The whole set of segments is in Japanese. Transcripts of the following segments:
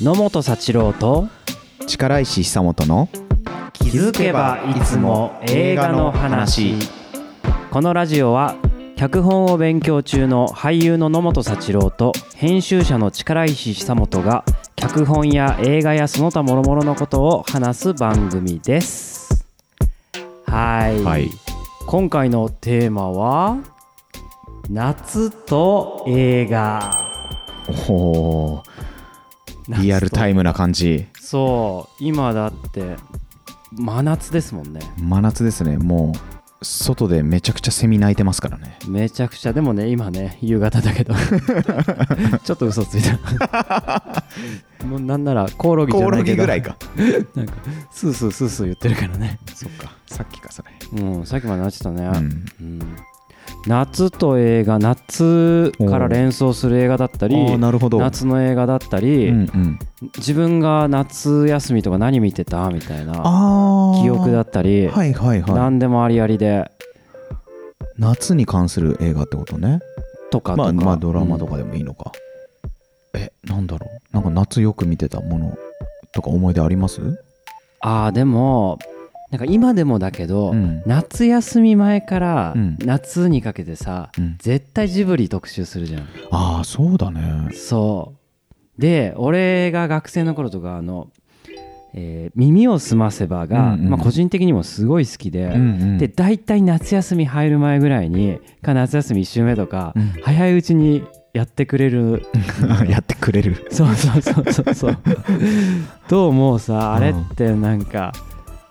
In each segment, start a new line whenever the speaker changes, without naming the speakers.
野本幸郎と
力石久本の
気づけばいつも映画の話このラジオは脚本を勉強中の俳優の野本幸郎と編集者の力石久本が脚本や映画やその他諸々のことを話す番組ですはい、
はい
今回のテーマは夏と映画
おおリアルタイ
ム
ムな感じ
そう今だって真夏ですもんね
真夏ですねもう外でめちゃくちゃセミ鳴いてますからね
めちゃくちゃでもね今ね夕方だ けどちょっと嘘ついたもうなんならコオロギじゃないけど
か
なんかスースースースー言ってるからね
そっかさっきかそれ
うんさっきまでなってたね、
うん
うん夏と映画夏から連想する映画だったり
ああなるほど
夏の映画だった
う
り、
んうん
自分が夏休みとか何見てたみたいな
あー
記憶だったり、
はいはいはい
何でもありありで
夏に関する映画ってことね
とかと
ま
か
あまあドラマとかでもいいのか、えなんだろうなんか夏よく見てたものとか思い出あります
ああでもなんか今でもだけど、
うん
夏休み前から
うん
夏にかけてさ、
うん
絶対ジブリ特集するじゃん
ああそうだね
そうで俺が学生の頃とかあの、えー耳をすませば」が、
うんうん
まあ、個人的にもすごい好きで、
うんうん
で大体夏休み入る前ぐらいにか夏休み1週目とか、
うん
早いうちにやってくれる
やってくれる
そうそうそうそう そうどうもうさあれってなんか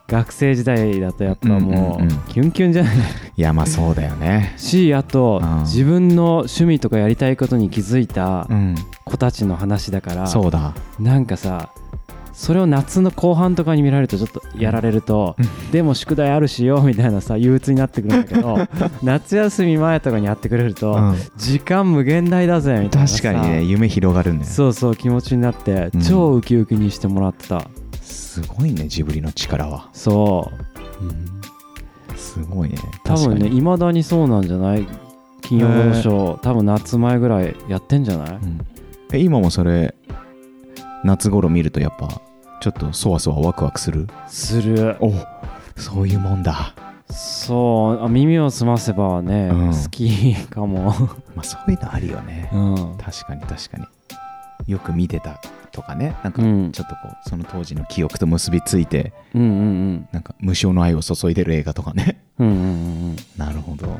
学生時代だとやっぱも
うんうんうん
うキュンキュンじゃない
いやまあそうだよね
しあと
うん
自分の趣味とかやりたいことに気づいた
うん
子たちの話だから
そうだ
なんかさそれを夏の後半とかに見られるとちょっとやられると、でも宿題あるしよみたいなさ憂鬱になってくるんだけ ど夏休み前とかにやってくれると、
うん
時間無限大だぜみたいなさ
確かにね夢広がるね
そうそう気持ちになって、
うん
超ウキウキにしてもらってた
すごいねジブリの力は
そう、
すごいね
多分
確か
ね
に
いまだにそうなんじゃない金曜ロードショー多分夏前ぐらいやってんじゃない、
うんえ今もそれ夏頃見るとやっぱちょっとそわそわワクワクする
する
おそういうもんだ
そうあ耳を澄ませばはね、
うん
好きかも、
まあそういうのあるよね
うん、
確かに確かによく見てたとかねなんか
うん
ちょっとこうその当時の記憶と結びついて
うんうん
なんか無償の愛を注いでる映画とかね
うんうんうんうん
なるほど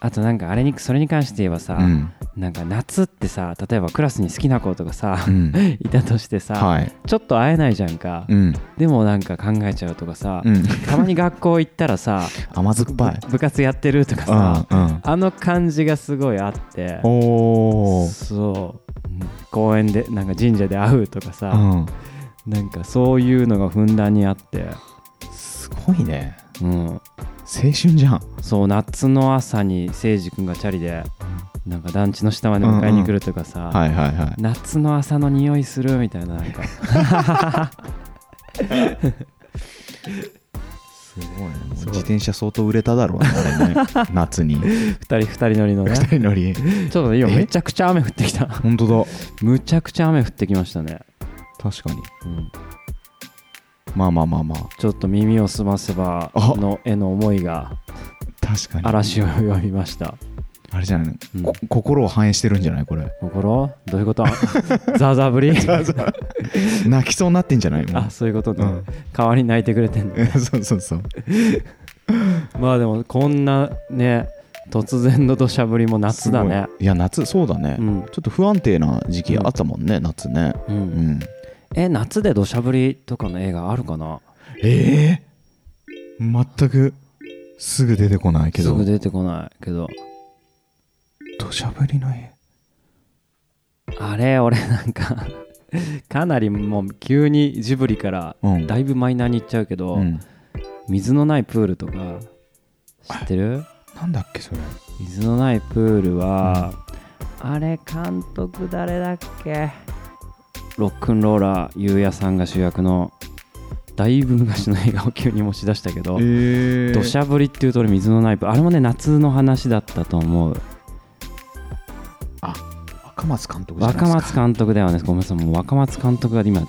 あとなんかあれにそれに関して言えばさ、
うん
なんか夏ってさ例えばクラスに好きな子とかさ、
うん
いたとしてさ、
はい
ちょっと会えないじゃんか、
うん
でもなんか考えちゃうとかさ、
うん
たまに学校行ったらさ
甘酸っぱ い
部部活やってるとかさ、
うん うん
あの感じがすごいあって
おー
そううん公園でなんか神社で会うとか
う
さ、
ん
なんかそういうのがふんだんにあって、
すごいね
うん、
青春じゃん
そう夏の朝に誠司君がチャリでなんか団地の下まで迎えに来るとかさ、
はいはいはい
夏の朝の匂いするみたいななんか
すごいねもう自転車相当売れただろうねあれね 夏に
二人二人乗りのね
二人乗 り
ちょっと今
え
めちゃくちゃ雨降ってきた
本当だ
むちゃくちゃ雨降ってきましたね、
確かに
うん
まあまあまあまあ
ちょっと耳をすませば
あ
の絵の思いが
確かに
嵐を呼びました
あれじゃない、
うん
こ心を反映してるんじゃないこれ
心どういうこと ザーザーぶり
泣きそうになってんじゃない も
あ
う
そういうことね、
うん
代わりに泣いてくれてんの
そうそうそう
まあでもこんなね突然の土砂降りも夏だね
すごいいや夏そうだね、
うん
ちょっと不安定な時期あったもんね、夏ね
う、
うんん
え夏で土砂降りとかの映画あるかな
ええ全くすぐ出てこないけ
す
ど
ぐ出てこないけど
土砂降りの絵
あれ俺なんか かなりもう急にジブリから
うん
だいぶマイナーに行っちゃうけど、
うん、
水のないプールとか知ってる
なんだっけそれ
水のないプールは、あれ監督誰だっけロックンローラーゆうやさんが主役のだいぶ昔の映画を急に持ち出したけど
え
土砂降りっていうとり水のないプールあれもね夏の話だったと思う
わ若松監督じゃないです
若
か
松監督だよねごめんなさいもう若松監督が今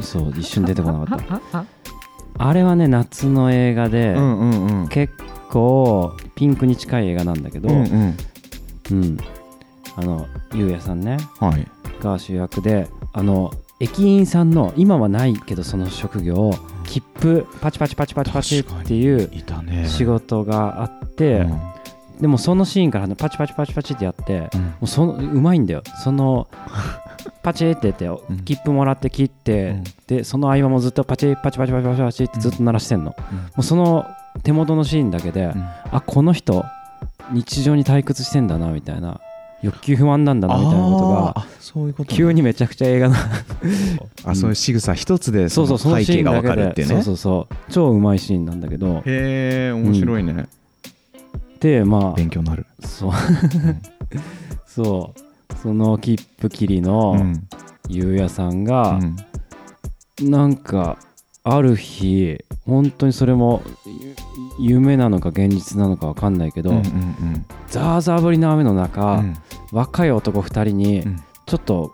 そう一瞬出てこなかった あれはね夏の映画で、
うんうんうん
結構ピンクに近い映画なんだけど、
う
うんん
うん
あのゆうやさんね
はい
が主役であの駅員さんの今はないけどその職業切符パチパチパチパチパチ
確かに
っていう
いたね
仕事があって、
うん
でもそのシーンからパチパチパチパチってやって、も
うん
うそのうまいんだよそのパチってやって
ん
切符もらって切って、
うん
でその合間もずっとパチパチパチパチパチパチってずっと鳴らしてんの、
うん
もうその手元のシーンだけで、
うん
あこの人日常に退屈してんだなみたいな欲求不満なんだなみたいなこと
あ
が
ーあそういうことね
急にめちゃくちゃ映画の
あそういう仕草一つで
そうそうそ
その
の
背
シ
景
ー
が
ン
分かる
だ
っ
け
てい
で
うね
そうそうそう超うまいシーンなんだけど
へえ面白いね、
でま
勉強になる、
あそうそうその切符切りの、
うん
ゆうやさんが
う、ん
なんかある日本当にそれもゆ夢なのか現実なのかわかんないけど、
うんうんうん
ザーザー降りの雨の中、
うん
若い男2人に
うん
ちょっと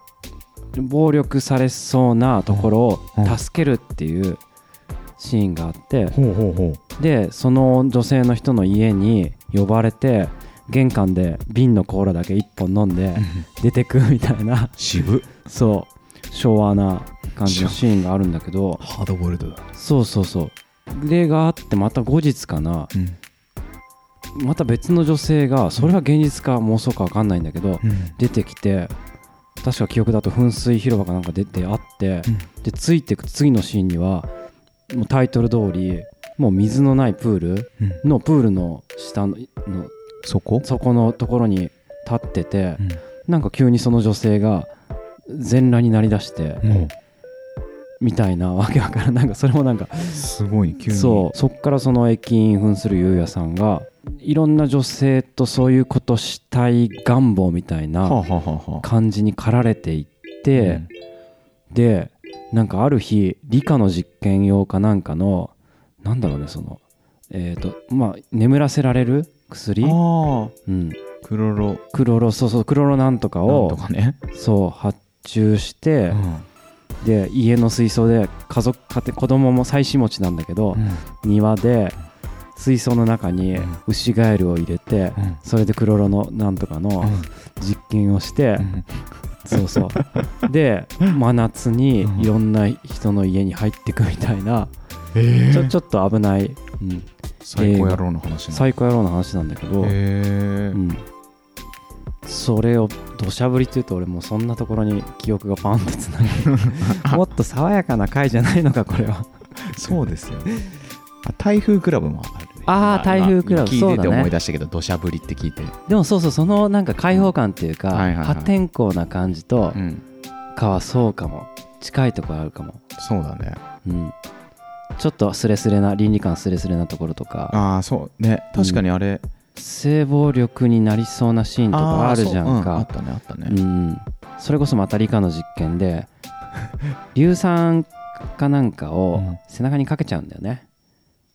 暴力されそうなところ
うんう
を
ん
助けるっていうシーンがあって
ほうほうほう
でその女性の人の家に呼ばれて玄関で瓶のコーラだけ1本飲んで出てくみたいな
渋
そう昭和な感じのシーンがあるんだけど
ハードボイルドだ、
そうそうそう例があってまた後日かな
うん
また別の女性がそれは現実か妄想か分かんないんだけど
うん
出てきて確か記憶だと噴水広場かなんか出てあってでついてく次のシーンにはもうタイトル通りもう水のないプール
うん
のプールの下のの
そこ、
底のところに立っててなんか急にその女性が全裸になりだして
も
みたいなわけわからんなんかそれもなんか
うすごい急に
そうそっからその駅員扮するゆうやさんがいろんな女性とそういうことしたい願望みたい
はあ、
な
はあはあはあ
感じに駆られていって、でなんかある日理科の実験用かなんかのなんだろうねそのえっ、とまあ眠らせられる
う
薬、
んあ
うん、
あクロロ
クロロそうそうクロロなんとか
なん
を
とかね、
そう発注して、
うん
で家の水槽で家族家庭子供も妻子持ちなんだけど、庭で水槽の中に
うん
ウシガエルを入れて、
うん
それでクロロのなんとかの実験をして、そう そうで真夏に
うん
いろんな人の家に入ってくみたいな、
え
ちょちょっと危ない、うん、
最高野郎の話な
最高野郎の話なんだけど、
へえ
うん、それを土砂降りというと俺もうそんなところに記憶がパンとつながる もっと爽やかな回じゃないのかこれは
そうですよねあ台風クラブもあるね
あー
今
台風クラブ
今聞いて
そう
て
だね
思い出したけど土砂降りって聞いて
でもそうそうそのなんか開放感っていうか、
はいはいはい
破天荒な感じと
うん
かはそうかも近いところあるかも、
そうだね
うん、ちょっとスレスレな倫理観スレスレなところとか
ああそうね確かにあれ
性暴力になりそうなシーンとかあるじゃんか
あそううんあったねあった
う
ね
んそれこそまた理科の実験 で硫酸かなんかを
うん
背中にかけちゃうんだよね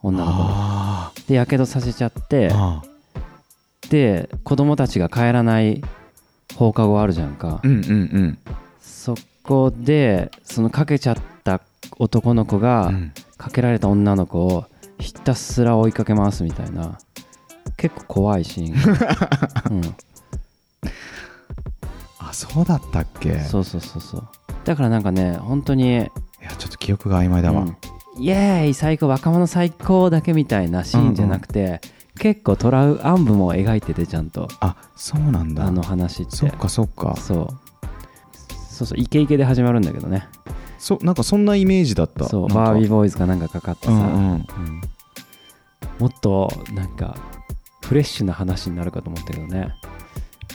女の子に
あ
でやけどさせちゃって
ーあ
で子供たちが帰らない放課後あるじゃんか、
ーうんうんうん
そこでそのかけちゃった男の子
う
が
ん
かけられた女の子をひたすら追いかけ回すみたいな結構怖いシー ン、う
あそうだったっけい
ん、そうそうそうそうだからなんかね本当に、
やちょっと記憶が曖昧だわ
うんイエーイ最高若者最高だけみたいなシーンじゃなくて、結構トラウアン部も描いててちゃんと
あそうなんだ
あの話って
そっかそっか
そうそうそうイケイケで始まるんだけどね
そなんかそんなイメージだった
そう
なんか
バービーボーイズかなんかかかって
う
さ、
んうん
もっとなんかフレッシュな話になるかと思ったけどね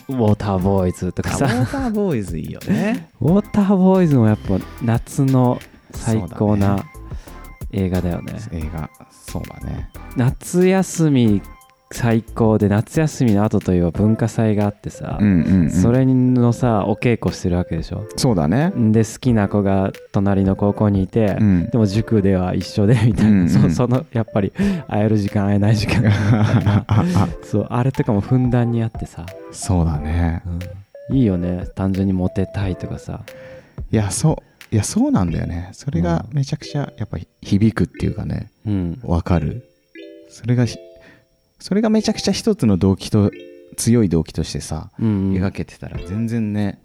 ウォーターボーイズとか
さウ
さ
ォーターボーイズいいよ ね
ウォーターボーイズもやっぱ夏の最高な映画だよね
映画そうだね
夏休み最高で夏休みの後といえば文化祭があってさ、
うんうん、うん、
それのさお稽古してるわけでしょ
そうだね
で好きな子が隣の高校にいて、
うん
でも塾では一緒でみたいな、
うんうん
そそのやっぱり会える時間会えない時 間そうあれとかもふんだんにあってさ、
そうだね
いいよね単純にモテたいとかさ
いやそういやそうなんだよねそれがめちゃくちゃやっぱひ響くっていうかね
うん
わかるそれがひそれがめちゃくちゃ一つの動機と強い動機としてさ、
うん
描けてたら全然ね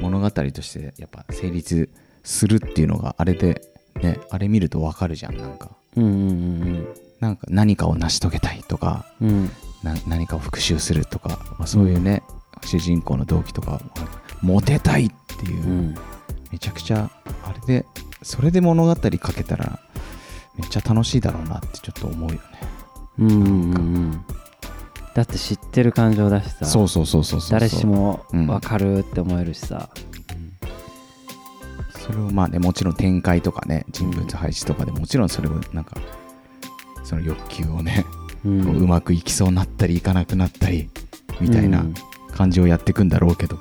物語としてやっぱ成立するっていうのがあれでねあれ見るとわかるじゃんなんか
うんうん
なんか何かを成し遂げたいとか
うんうん
な何かを復讐するとか、まあ、そういうね、主人公の動機とかモテたいっていう、
うん
めちゃくちゃあれでそれで物語かけたらめっちゃ楽しいだろうなってちょっと思うよね
うんうんうんうんだって知ってる感情だしさ
そうそうそうそうそう
誰しも
うん
分かるって思えるしさ、
それをまあねもちろん展開とかね人物配置とかでもちろんそれをなんかその欲求をね、
うん
こううまくいきそうになったりいかなくなったりみたいな
うん
感じをやっていくんだろうけど、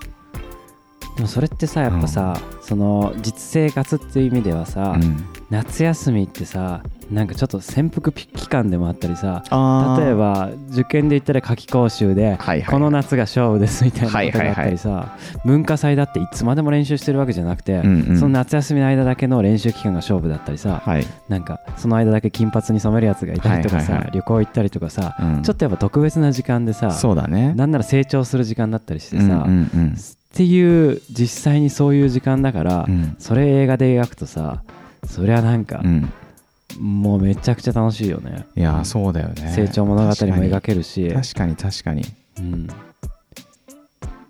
でもそれってさやっぱさ、その実生活っていう意味ではさ、
うん
夏休みってさなんかちょっと潜伏期間でもあったりさ
あー
例えば受験で言ったら夏期講習で、
はいはい
この夏が勝負ですみたいなことがあったりさ、文化祭だっていつまでも練習してるわけじゃなくて、
うんうん
その夏休みの間だけの練習期間が勝負だったりさ、
はい、
なんかその間だけ金髪に染めるやつがいたりとかさ、
はいはいはい
旅行行ったりとかさ、
うん
ちょっとやっぱ特別な時間でさ
そうだね
なんなら成長する時間だったりしてさ、
うん
っ
うんうん
ていう実際にそういう時間だから、
うん
それ映画で描くとさそりゃなんか
う、ん、
もうめちゃくちゃ楽しいよね
いやーそうだよね
成長物語も描けるし、
確かに確かに確か
うん、
に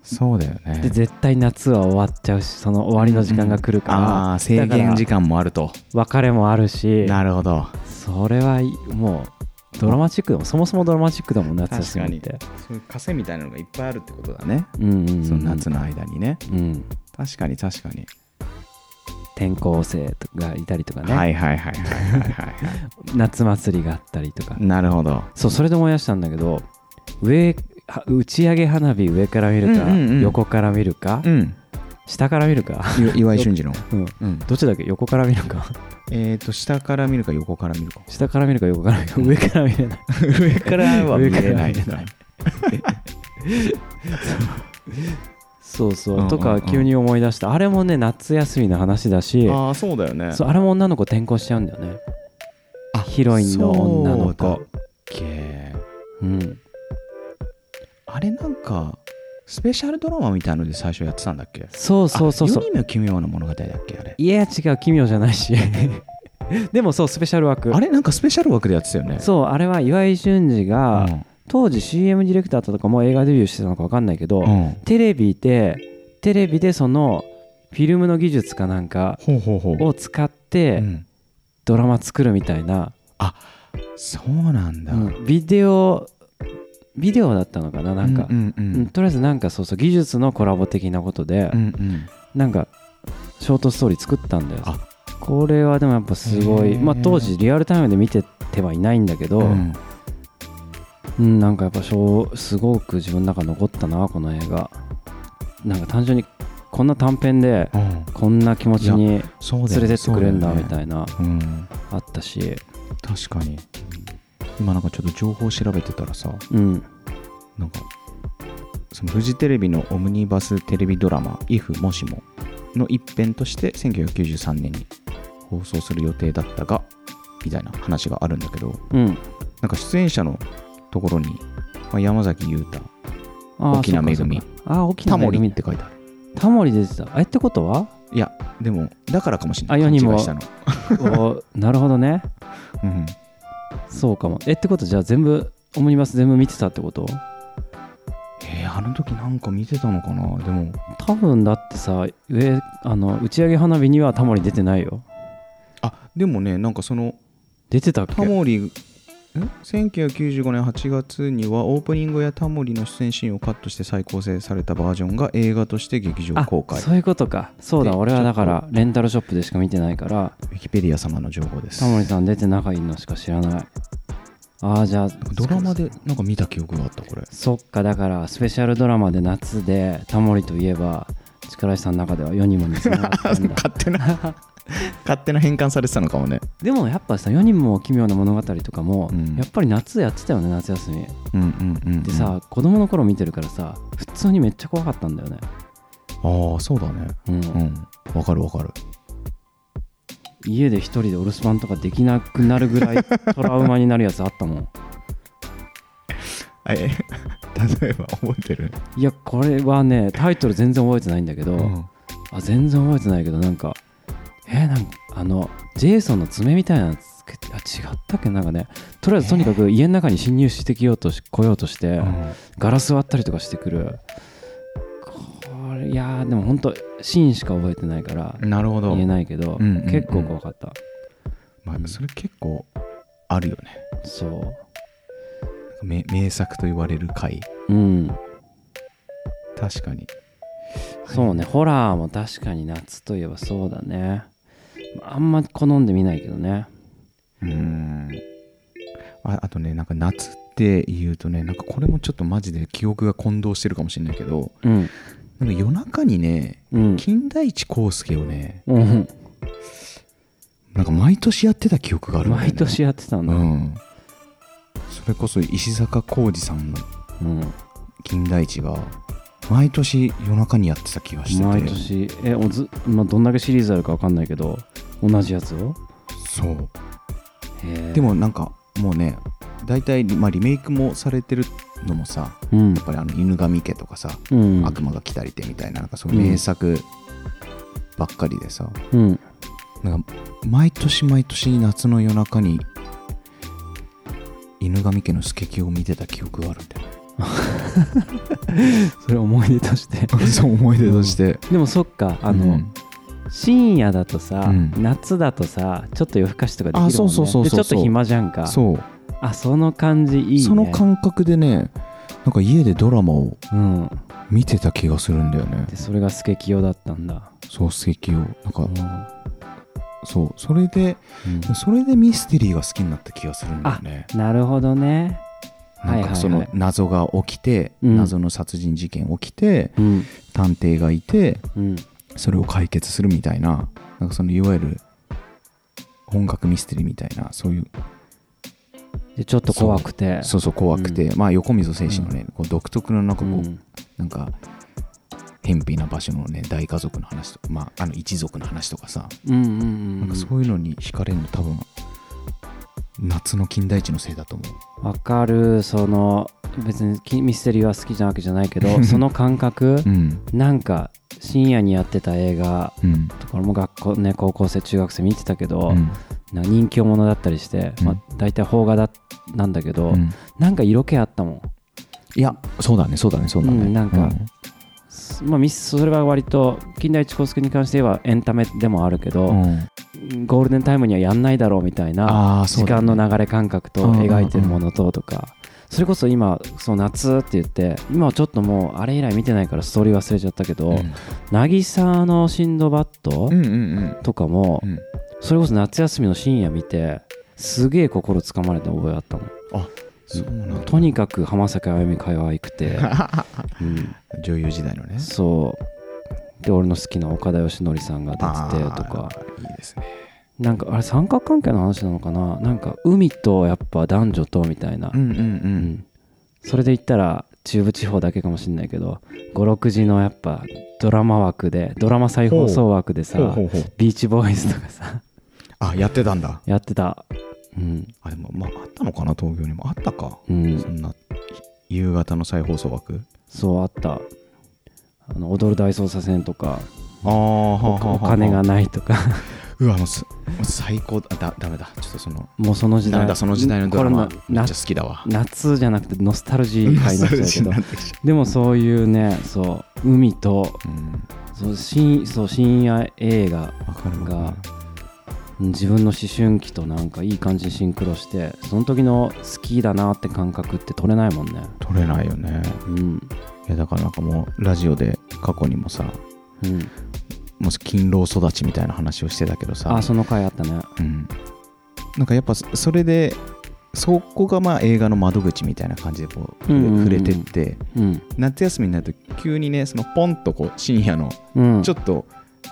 そうだよね
で絶対夏は終わっちゃうしその終わりの時間が来るから,、
ああー制限時間もあると
別れもあるし
なるほど
それはいいもうドラマチックだもんそもそもドラマチックだもん夏休みって
そういう枷みたいなのがいっぱいあるってことだね
うんうんうん
その夏の間にね
うん、
確かに確かに、
転校生とかいたりとかね、
はいはいはいはいはいはいは
夏祭りがあったりとか
い なるほど
そうそれで思い出したんだけど上は打ち上げ花火上から見るか、
うんうんうん
横から見るか、
うん
下から見るか、
い岩井俊二の
うん、
うん
どっちだっけ横から見るか
えっ、と下から見るか横から見るか
下から見るか横から見るか 上から見れない
上からは見れない
上からはそうそう、
うんうんうん
とか急に思い出したあれもね夏休みの話だし
ああそうだよね
そうあれも女の子転校しちゃうんだよね
あ
ヒロインの女の
そうだっ
子
け
うん
あれなんかスペシャルドラマみたいので最初やってたんだっけ
そうそうそうそう
あ世にも奇妙な物語だっけあれ
いや違う奇妙じゃないし でもそうスペシャル枠
あれなんかスペシャル枠でやってたよね
そうあれは岩井俊二が、当時 CM ディレクターだとかも映画デビューしてたのか分かんないけど、
うんうん
テレビでテレビでそのフィルムの技術かなんか
ほうほうほう
を使っ
う
て
ん
ドラマ作るみたいな、
そうなんだ、
うんビデオビデオだったのかななんか、
うんうんう
うんんとりあえずなんかそうそう技術のコラボ的なことで、
うんうん
なんかショートストーリー作ったんだよ
あ
これはでもやっぱすご
へ
い、
ー
まあ、当時リアルタイムで見ててはいないんだけど、
うん
うん、なんかやっぱしょうすごく自分の中残ったなこの映画なんか単純にこんな短編で
うん
こんな気持ちに
そうだよ
連れてってくれるんだみ
い
たいな
な、うん、
あったし
確かに今なんかちょっと情報調べてたらさ
うん
なんかそのフジテレビのオムニバステレビドラマ「IF もしも」の一編として1993年に放送する予定だったがみたいな話があるんだけど
うん
なんか出演者のところに、まあ、山崎裕太
あー
沖縄めぐ
そ
み
うかそうかあー沖
タ
縄
モ
めぐ
リ
み
って書いてある
タモリ出てたえってこと は
いやでもだからかもしれない
あ世にも
勘違いしたの、
おなるほどね
うん、
そうかもえってことじゃあ全部オムニバス全部見てたってこと
えーあの時なんか見てたのかなでも
多分だってさ上あの打ち上げ花火にはタモリ出てないよ
あでもねなんかその
出てたっ
タ
け
モリん1995年8月にはオープニングやタモリの出演シーンをカットして再構成されたバージョンが映画として劇場
あ
公開ウ
そういうことかそうだ
で
俺はだか
ちょ
らレンタルショップでしか見てないから
ィキペディア様の情報です
タモリさん出て仲いいのしか知らないああじゃあ
ドラマでなんか見た記憶があった これ
そっかだからスペシャルドラマで夏でタモリといえば力石さんの中では世にもにつながったんだ
手な勝手な変換されてたのかもね
でもやっぱさ世にも奇妙な物語とかも、
うん
やっぱり夏やってたよね夏休み
うんうんうんうん
でさ、子供の頃見てるからさ普通にめっちゃ怖かったんだよね
ああそうだね
うん
うんわかるわかる
家で一人でお留守番とかできなくなるぐらい トラウマになるやつあったもん
え 例えば覚えてる、
いやこれはねタイトル全然覚えてないんだけど、
うん、
あ全然覚えてないけどなんかえーなんかあのジェイソンの爪みたいなのつけてあ違ったっけなんかねとりあえずとにかく家の中に侵入してきようとし来ようとして、ガラス割ったりとかしてくるこれいやーでも本当シーンしか覚えてないから
なるほど
言えないけど、
うんうんうん
結構怖かった、
まあ、それ結構あるよね
そ
名名作と言われる回
ううん
確かに
そうねホラーも確かに夏といえばそうだねあんま好んで見ないけどね
うんああとねなんか夏って言うとねなんかこれもちょっとマジで記憶が混同してるかもしれないけど
うん
なんか夜中にね
うん
金田一耕助をね
うん
なんか毎年やってた記憶があるんだよね
毎年やってたん
う
だ、
んそれこそ石坂浩二さんの
うん
金田一が毎年夜中にやってた気がしてて
毎年えおず、まあ、どんだけシリーズあるかわかんないけど同じやつを
そう
へー
でもなんかもうね大体、まあ、リメイクもされてるのもさ
うん
やっぱりあの犬神家とかさ、
うん
悪魔が来たりてみたいななんかそういう名作ばっかりでさ、
うん
なんか毎年毎年夏の夜中に犬神家のスケキヨを見てた記憶があるん だよね
それ思い出として
そう思い出として、
でもそっかあ
あ
の、
の、
深夜だとさ、
うん
夏だとさちょっと夜更かしとかできるもん、ね、
あそうそうそう
で
そう
ちょっと暇じゃんか
そう
あその感じいいね
その感覚でねなんか家でドラマを
うん
見てた気がするんだよね
でそれがスケキヨだったんだ
そうスケキヨなんか、
うん
そうそれで
うん
それでミステリーが好きになった気がするんだよね
なるほどね
なんかそ
は
の
いはい
謎が起きて、
うん
謎の殺人事件起きて
うん
探偵がいて
うん
それを解決するみたいななんかそのいわゆる本格ミステリーみたいなそういう
でちょっと怖くて
そうそう怖くて、まあ横溝選手のね、こう独特のなんかこう、
うん
なんか偏僻な場所のね大家族の話とか、まあ、あの一族の話とかさ、
うんうんうん
なんかそういうのに惹かれるの多分夏の金田一のせいだと思う
わかるその別にきミステリーは好きなわけじゃないけどその感覚
うん
なんか深夜にやってた映画
うん
とか俺も学校ね高校生中学生見てたけど、
うん
なんか人気者だったりして、
うん
まあ、大体邦画だなんだけど、
うん
なんか色気あったもん
いやそうだねそうだねそうだね、
うんなんかすまあ、ミスそれは割と金田一耕助に関して言えばエンタメでもあるけ
う
ど、
ん
ゴールデンタイムにはやんないだろうみたいな
ああそ
時
うだ
間
ね
の流れ感覚と描いてるものととかそれこそ今その夏って言って今はちょっともうあれ以来見てないからストーリー忘れちゃったけど渚のシンドバッド
うんうんうん
とかも
うん
それこそ夏休みの深夜見てすげえ心つかまれた覚えあったもん
そうなんだ
とにかく浜崎あゆみ会話行く て、うん、
女優時代のね
そうで俺の好きな岡田義則さんが出ててとか
あーいいですね
なんかあれ三角関係の話なのかななんか海とやっぱ男女とみたいな
うんうんう
うんん、それで言ったら中部地方だけかもしれないけど56時のやっぱドラマ枠でドラマ再放送枠でさ
うほう
ビーチボーイズとかさ
あやってたんだ
やってたうん
あでもまああったのかな東京にもあったか
うん
そんな夕方の再放送枠
そうあったあの踊る大捜査線とか
ああ
おお金がないとか
うわもうすもう最高だだだめだちょっとその
もうその時
ダメ
代
だその時代のドラマ
これ
め
な
っ
な
ちゃ好きだわ
夏じゃなくてノスタルジー 回になっちゃうけど
なってきちゃ
でもそういうねそう海と
う
そ
うん
う深そう深夜映画
わかるわ
が
かる
自分の思春期となんかいい感じにシンクロしてその時の好きだなって感覚って取れないもんね
取れないよね
うん
いやだからなんかもうラジオで過去にもさ
うん
もう勤労育ちみたいな話をしてたけどさ
あその回あったね
うん、なんかやっぱそそれでそこがまあ映画の窓口みたいな感じでこう触れ,、
うんうんうん
てって
うん
夏休みになると急にねそのポンとこう深夜の
うん
ちょっと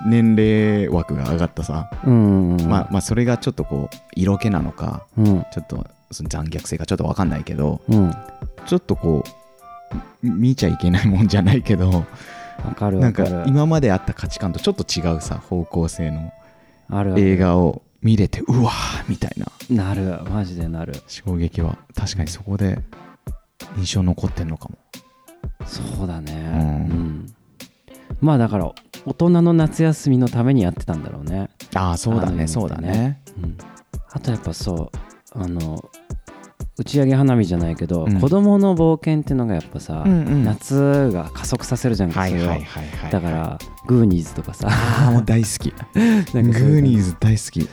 年齢枠が上がったさ、
うんうん
まあ、まあそれがちょっとこう色気なのか
うん
ちょっとその残虐性がちょっと分かんないけど
うん
ちょっとこうみ見ちゃいけないもんじゃないけど
わかる
な
わ
ん
か
か
る
今まであった価値観とちょっと違うさ方向性の
あるある
映画を見れてうわーみたいな
なるマジでなる
衝撃は確かにそこで印象残ってんのかも
そうだね
うん
うんまあだから大人の夏休みのためにやってたんだろうね
ああそうだ
あの
ねそうだね
うんあとやっぱそうあの打ち上げ花火じゃないけど、
うん
子どもの冒険っていうのがやっぱさ、
うんうん
夏が加速させるじゃんか、
はい
そ
はい
れを
はいはい
だからグーニーズとかさ
ああもう大好きグ
なんかそういう感じ
ーニーズ大好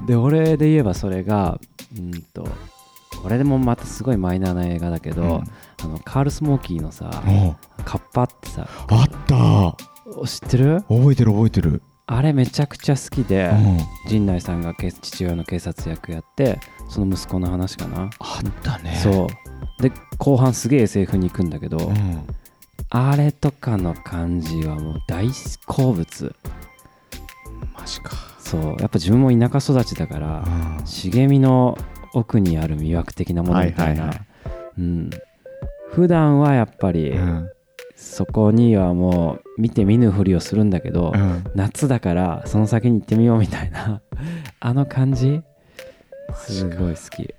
き
で俺で言えばそれがうんとこれでもまたすごいマイナーな映画だけど、
うん
あのカール・スモーキーのさ
おう
カッパってさ
あった
知ってる
覚えてる覚えてる
あれめちゃくちゃ好きで
うん
陣内さんがけ父親の警察役やってその息子の話かな、
あったね
そうで後半すげえ SF に行くんだけど、
うん
あれとかの感じはもう大好物
マジか
そうやっぱ自分も田舎育ちだから、
うん
茂みの奥にある魅惑的なものみたいな、
はいはいはい
うん、普段はやっぱり、
うん
そこにはもう見て見ぬふりをするんだけど、
うん
夏だからその先に行ってみようみたいな あの感じすごい好き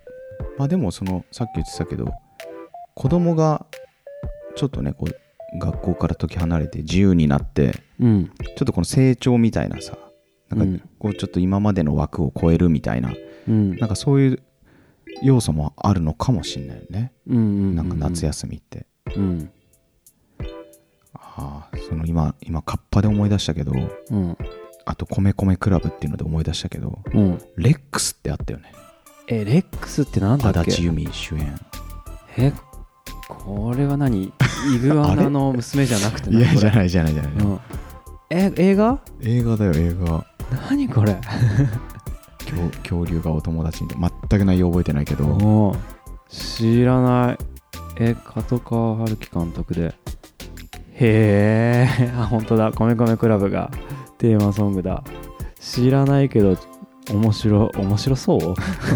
まあでもそのさっき言ってたけど子供がちょっとねこう学校から解き離れて自由になって
うん
ちょっとこの成長みたいなさな
うんん
かこうちょっと今までの枠を超えるみたいな、
うん
なんかそういう要素もあるのかもしんないよね、
うんうん
なんか夏休みって、
うん
ああその今今カッパで思い出したけど
うん
あと米米クラブっていうので思い出したけど
うん
レックスってあったよね
えレックスってなんだっ
足
け
立由美主演
えこれは何イグアナの娘じゃなくて
いや
これ
じゃないじゃないじゃない、
うんえ映画
映画だよ映画
何これ
恐恐竜がお友達みたいな全く内容覚えてないけど
おー知らないえ角川春樹監督でへえ あ本当だ「コメコメクラブ」がテーマソングだ知らないけど面白面白そう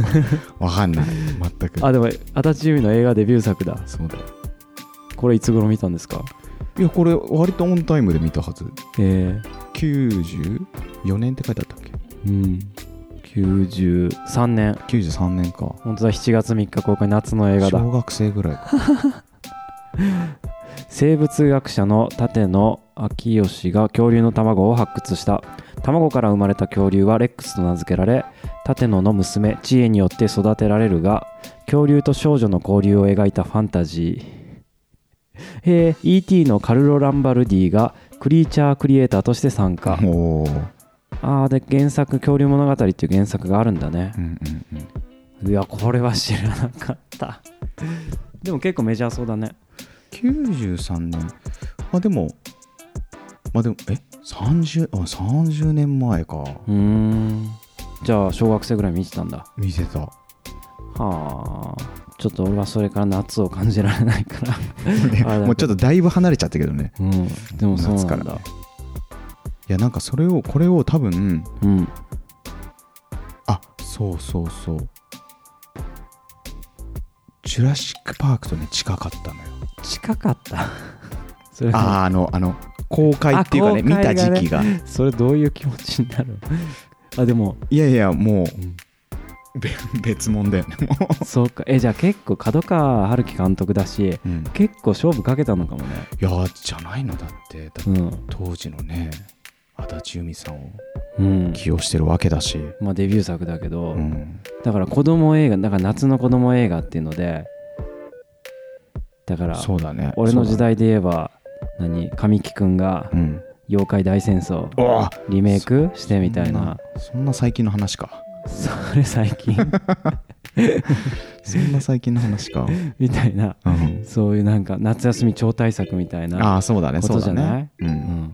わかんない全く
あでも足立由美の映画デビュー作だ
そうだよ
これいつ頃見たんですか
いやこれ割とオンタイムで見たはず
え
94年って書いてあったっけ
ー、うん93年
93年か
本当だ7月3日公開夏の映画だ
小学生ぐらいか
生物学者の舘野昭義が恐竜の卵を発掘した卵から生まれた恐竜はレックスと名付けられ舘野の娘知恵によって育てられるが恐竜と少女の交流を描いたファンタジーえー E.T. のカルロ・ランバルディがクリーチャークリエイターとして参 加
おー
あーで原作「恐竜物語」っていう原作があるんだね
うんうんうん
いやこれは知らなかったでも結構メジャーそうだね
93年まあでもまあでもえ30あ30年前か
うーんじゃあ小学生ぐらい見てたんだ
見てた
はあちょっと俺はそれから夏を感じられないから、あ
もうちょっとだいぶ離れちゃったけどね
うん、でもそうなんだ
夏からねいやなんかそれをこれを多分
うん
あそうそうそうジュラシック・パークとね近かったのよ
近かった それ
あああのあの公開っていうかね
あ
見
公開が
た
ね
時期が
それどういう気持ちになる あで も
いやいやもうべ 別物だよねも
そうかえじゃあ結構角川春樹監督だし
う、い
結構勝負かけたのかもね
やじゃないのだってだ
うん
当時のね足立由美さんを
うん
起用してるわけだし、
まあデビュー作だけど、
うん、
だから子供映画だから夏の子供映画っていうのでだから
そうだね
俺の時代で言えば何神木くんが
そうだね
「妖怪大戦争」
うんおー
リメイクしてみたいな
そんそんな最近の話か
それ最 近
そんな最近の話か、
みたいな
うん、
そういうなんか夏休み超大作みたいな
ああそうだね
こ
そ
と
う
じ
だ
ゃない
ねう
うんん
まあ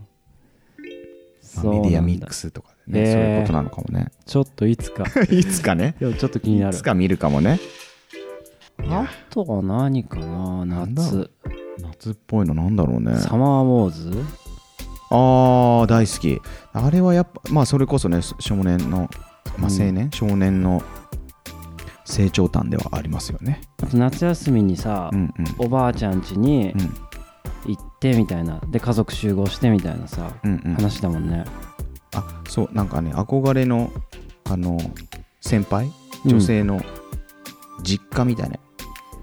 そうなんだ
メディアミックスとかでね、
えー
そういうことなのかもね
ちょっ といつか
いつかね
でもちょっと気に ないる
つか見るかもねいや
あとは何かな
なんだろ
夏
夏っぽいのなんだろうね
サマーウォーズ
ああ大好きあれはやっぱまあそれこそね少年の、まあ、青年、少年の成長端ではありますよね
あと夏休みにさ
うんうん
おばあちゃん家に
うん
行ってみたいなで家族集合してみたいなさ
うんうん、
話だもんね、
あそうなんかね憧れのあの先輩
うん
女性の実家みたいな、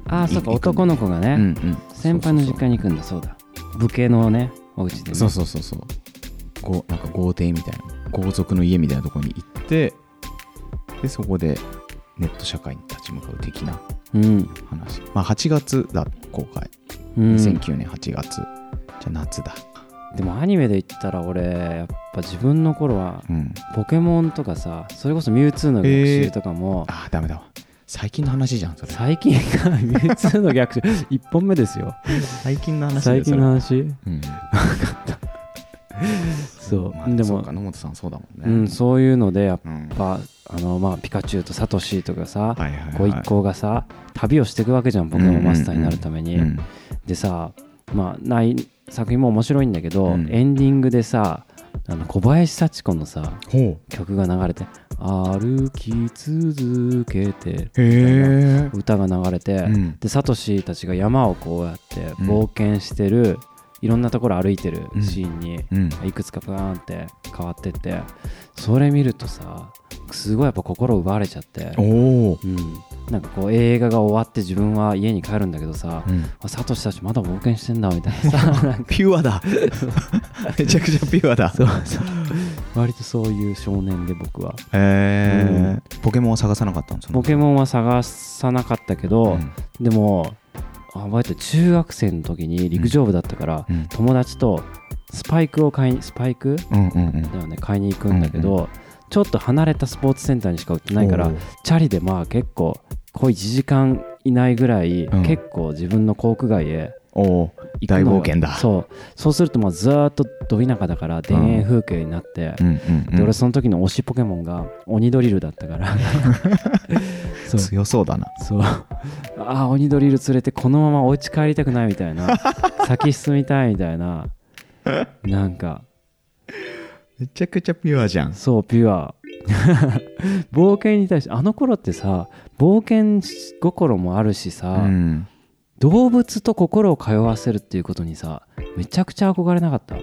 ああ
い
そっか
行くんだ
男の子がね、
うんうん
先輩の実家に行くんだそうだ武家のねお家でね
そうそうそうそうこうなんか豪邸みたいな豪族の家みたいなところに行ってでそこでネット社会に立ち向かう的な
うん、
話まあ8月だ公開
うん、
2009年8月、じゃあ夏だ
でもアニメで言ったら俺やっぱ自分の頃は
うん
ポケモンとかさそれこそミュウツーの逆襲とかも、
あーダメだわ最近の話じゃんそれ
最近かミュウツーの逆襲1本目ですよ
最近の話だ
最
よそ
近
れ
の話
うん
そう、
まあ
で
そう
も
か野本さんそうだも
うん
ね
ん、そういうのでやっ
うん
ぱあの、まあ、ピカチュウとサトシとかさ、
はいはいはい
こう一行がさ旅をしていくわけじゃんポケモンマスターになるために、
うん
でさまあない作品も面白いんだけど、
うん
エンディングでさあの小林幸子のさ
ほ
曲が流れて「歩き続けて
うへえ」
歌が流れて、
うん
でサトシたちが山をこうやって
うん
冒険してる、いろんなところ歩いてるシーンに、
うん
いくつかバーンって変わってってそれ見るとさすごいやっぱ心奪われちゃって、
おお
うん、なんかこう映画が終わって自分は家に帰るんだけどさ、
うん
あサトシたちまだ冒険してんだみたいなさ
ピュア だめちゃくちゃピュアだ
そうそう割とそういう少年で僕は
へえポケモンを探さなかったんです
ポケモンは探さなかったけど、でもあ覚えてる中学生の時に陸上部だったから、
うん
友達とスパイクを買いにスパイク
うんうんうん
だよね買いに行くんだけど、ちょっと離れたスポーツセンターにしか売ってないから
おー
チャリでまあ結構こう1時間以内ぐらい、
うん
結構自分の航空外へ
おお
行くの
大
よ
冒険だ
そうそうするとまあずーっとど田舎だから田園風景になって、
うんうんうん
で俺その時の推しポケモンが鬼ドリルだったからそう
強そうだな
そうああ鬼ドリル連れてこのままお家帰りたくないみたい な先進みたいみたいななんか
めちゃくちゃピュアじゃん
そうピュア 冒険に対してあの頃ってさ冒険心もあるしさ、
うん
動物と心を通わせるっていうことにさめちゃくちゃ憧れなかった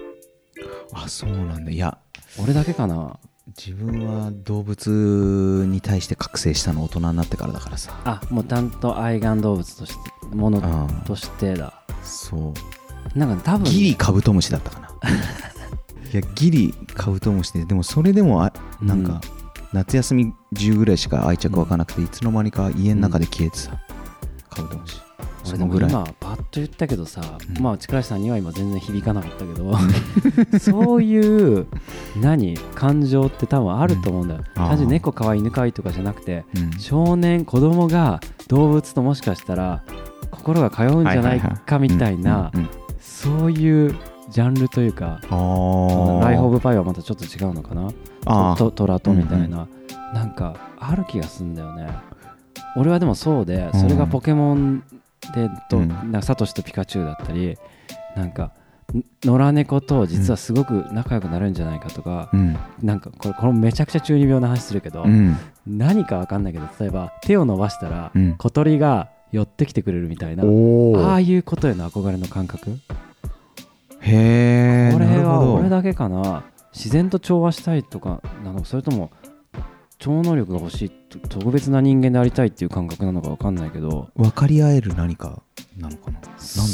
あそうなんだいや
俺だけかな
自分は動物に対して覚醒したの大人になってからだからさ
あもうちゃんと愛玩動物としてもの
ああ
としてだ
そう
なんか多分
ギリカブトムシだったかないやギリカブトムシででもそれでもあなん
うん
か夏休み10ぐらいしか愛着湧かなくて、いつの間にか家の中で消えてた、カブトムシ
俺
そ
で
の
も
ぐらい
今パッと言ったけどさ、
うん
まあ力士さんには今全然響かなかったけ どそういう何感情って多分あると思うんだよ、
ああ
単純に猫かわいい犬かわいいとかじゃなくて
うん
少年子供が動物ともしかしたら心が通うんじゃないかみたいな
うんうんうん
そういうジャンルというか
ああ
ライフ・オブ・パイはまたちょっと違うのかな
あー
とトラとみたいな、なんかある気がすんだよね俺はでもそうでそれがポケモンでと、
うん
なサトシとピカチュウだったりなんかん野良猫と実はすごく仲良くなるんじゃないかとか、
うん
なんかこれこれめちゃくちゃ中二病な話するけど、
うん
何かわかんないけど例えば手を伸ばしたら、
うん
小鳥が寄ってきてくれるみたいな
お
ああ
ー
いうことへの憧れの感覚
へえ
これ
なる
は
ほ
俺
ど
だけかな自然と調和したいとかなのかそれとも超能力が欲しいと特別な人間でありたいっていう感覚なのか分かんないけど
分かり合える何かなのかななんだ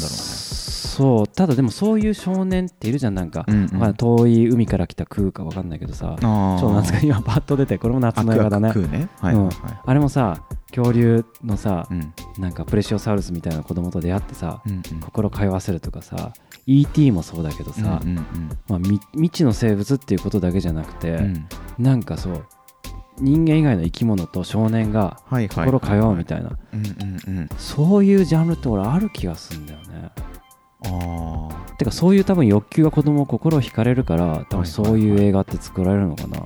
そうただでもそういう少年っているじゃんなんか、
ろうね
わ
うん、
かんない遠い海から来た空か分かんないけどさちょ
あ
っと
あ
懐か今パッと出てこれも夏の映画だね
食うねはいはいはい、
あれもさ恐竜のさ
うんうん
なんかプレシオサウルスみたいな子供と出会ってさ
うん
心通わせるとかさ ET もそうだけどさ、
うんうんうん
まあ、み未知の生物っていうことだけじゃなくて、
うん
なんかそう人間以外の生き物と少年が
はいはい
心通うみたいな、
うんうんうん
そういうジャンルって俺ある気がするんだよね
ああ
てかそういう多分欲求が子供を心を惹かれるから多
はいはいは
分
い
そういう映画って作られるのかな、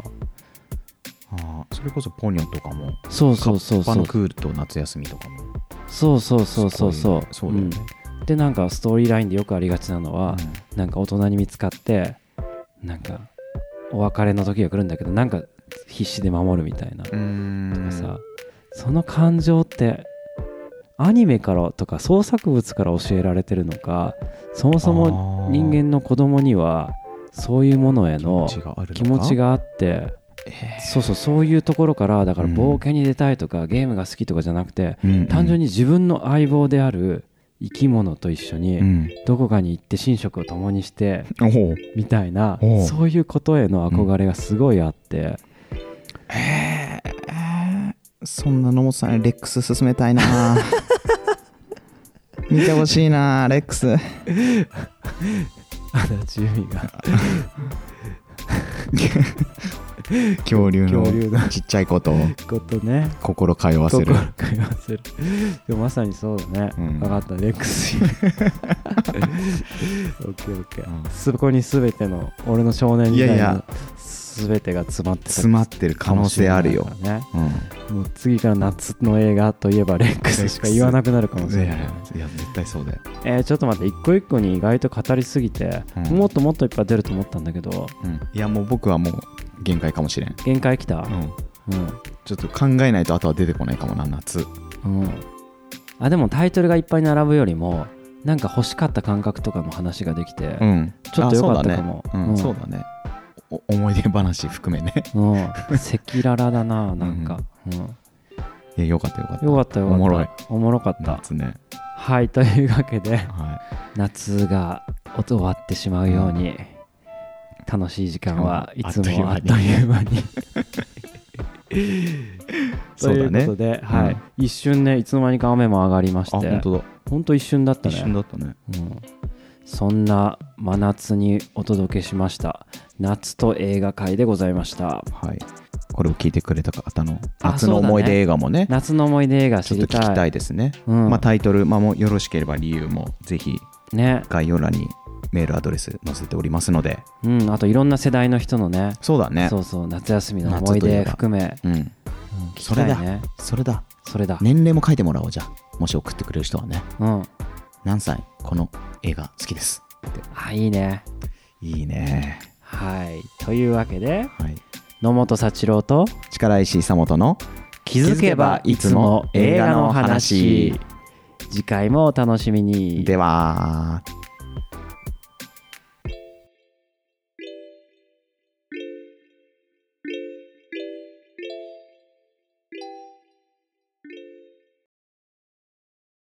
あーそれこそポニョとかも
そうそうそうそ
カッパ
う
のクールと夏休みとかも
そうそうそうそうそう
そうだよね、
うんでなんかストーリーラインでよくありがちなのは、なんか大人に見つかってなんかお別れの時が来るんだけどなんか必死で守るみたいな
うん
さ、その感情ってアニメからとか創作物から教えられてるのかそもそも人間の子供にはそういうものへの気持ち
が
があってそうそうそういうところからだから
うん
冒険に出たいとか、ゲームが好きとかじゃなくて単純
に、
に自分の相棒である生き物と一緒に
うん
どこかに行って寝食を共にして
おお
みたいな
おう
そういうことへの憧れがすごいあ って、
えーそんな野本さんにレックス進めたい な見てほしいなレックス
足立由美が
恐竜
恐竜
のちっちゃいことを
ことね
心通 わせる
心通わせるでもまさにそうだね、
うん
分かったレックスオッケーオッケ
うん
ーそこに全ての俺の少年時
いや
代
いや
の全てが詰まってた
詰まってる可能性あるよ
かもしれないからね
うん
もう次から夏の映画といえばレックスしか言わなくなるかもしれない
いや絶対そうだよ
えーちょっと待って一個一個に意外と語りすぎて、
うん
もっともっといっぱい出ると思ったんだけど
いやもう僕はもう限界かもしれん、
限界きた、
うん、
うん
ちょっと考えないとあとは出てこないかもな夏
うん、あでもタイトルがいっぱい並ぶよりもなんか欲しかった感覚とかの話ができて、
ん
ちょっと良かったかも
あそうだね,、うん
うん
そうだねお思い出話含めね
うん赤裸々だななんか、うん
いやよかったよかった
よかったよかった
おもろい
おもろかった、
夏ね
はいというわけで
は
夏が終わってしまうように、楽しい時間はいつもあ
あ
っ
っ
と
と
い
いう
間に。
いそうだ
とい
ね
うことで、はい
うん
一瞬ねいつの間にか雨も上がりまして
あ本当だ
ほんと一瞬だったね
一瞬だったね
うん、そんな真夏にお届けしました夏と映画界でございました
はいこれを聞いてくれた方の
あ
夏の思い
そうだ
出
ね
映画もね
夏の思い出映画
ち
知
ょっと
り
聞
たい
きたいですね、
うん
まあ、タイトル、まあ、もうよろしければ理由もぜひ
ね
概要欄にメールアドレス載せておりますので
うん、あといろんな世代の人のね
そうだね
そうそう夏休みの思い
夏といえ
出
ば
含め、
うん
うん聞き
そ
た
れ
い
だ
ね
それだ
それだ
年齢も書いてもらおうじゃあもし送ってくれる人はね
うん
何歳この映画好きですって
あいいね
いいね
はいというわけで
はい
野本幸郎と
力石久本の
気づけばいつも映画の話次回もお楽しみに
では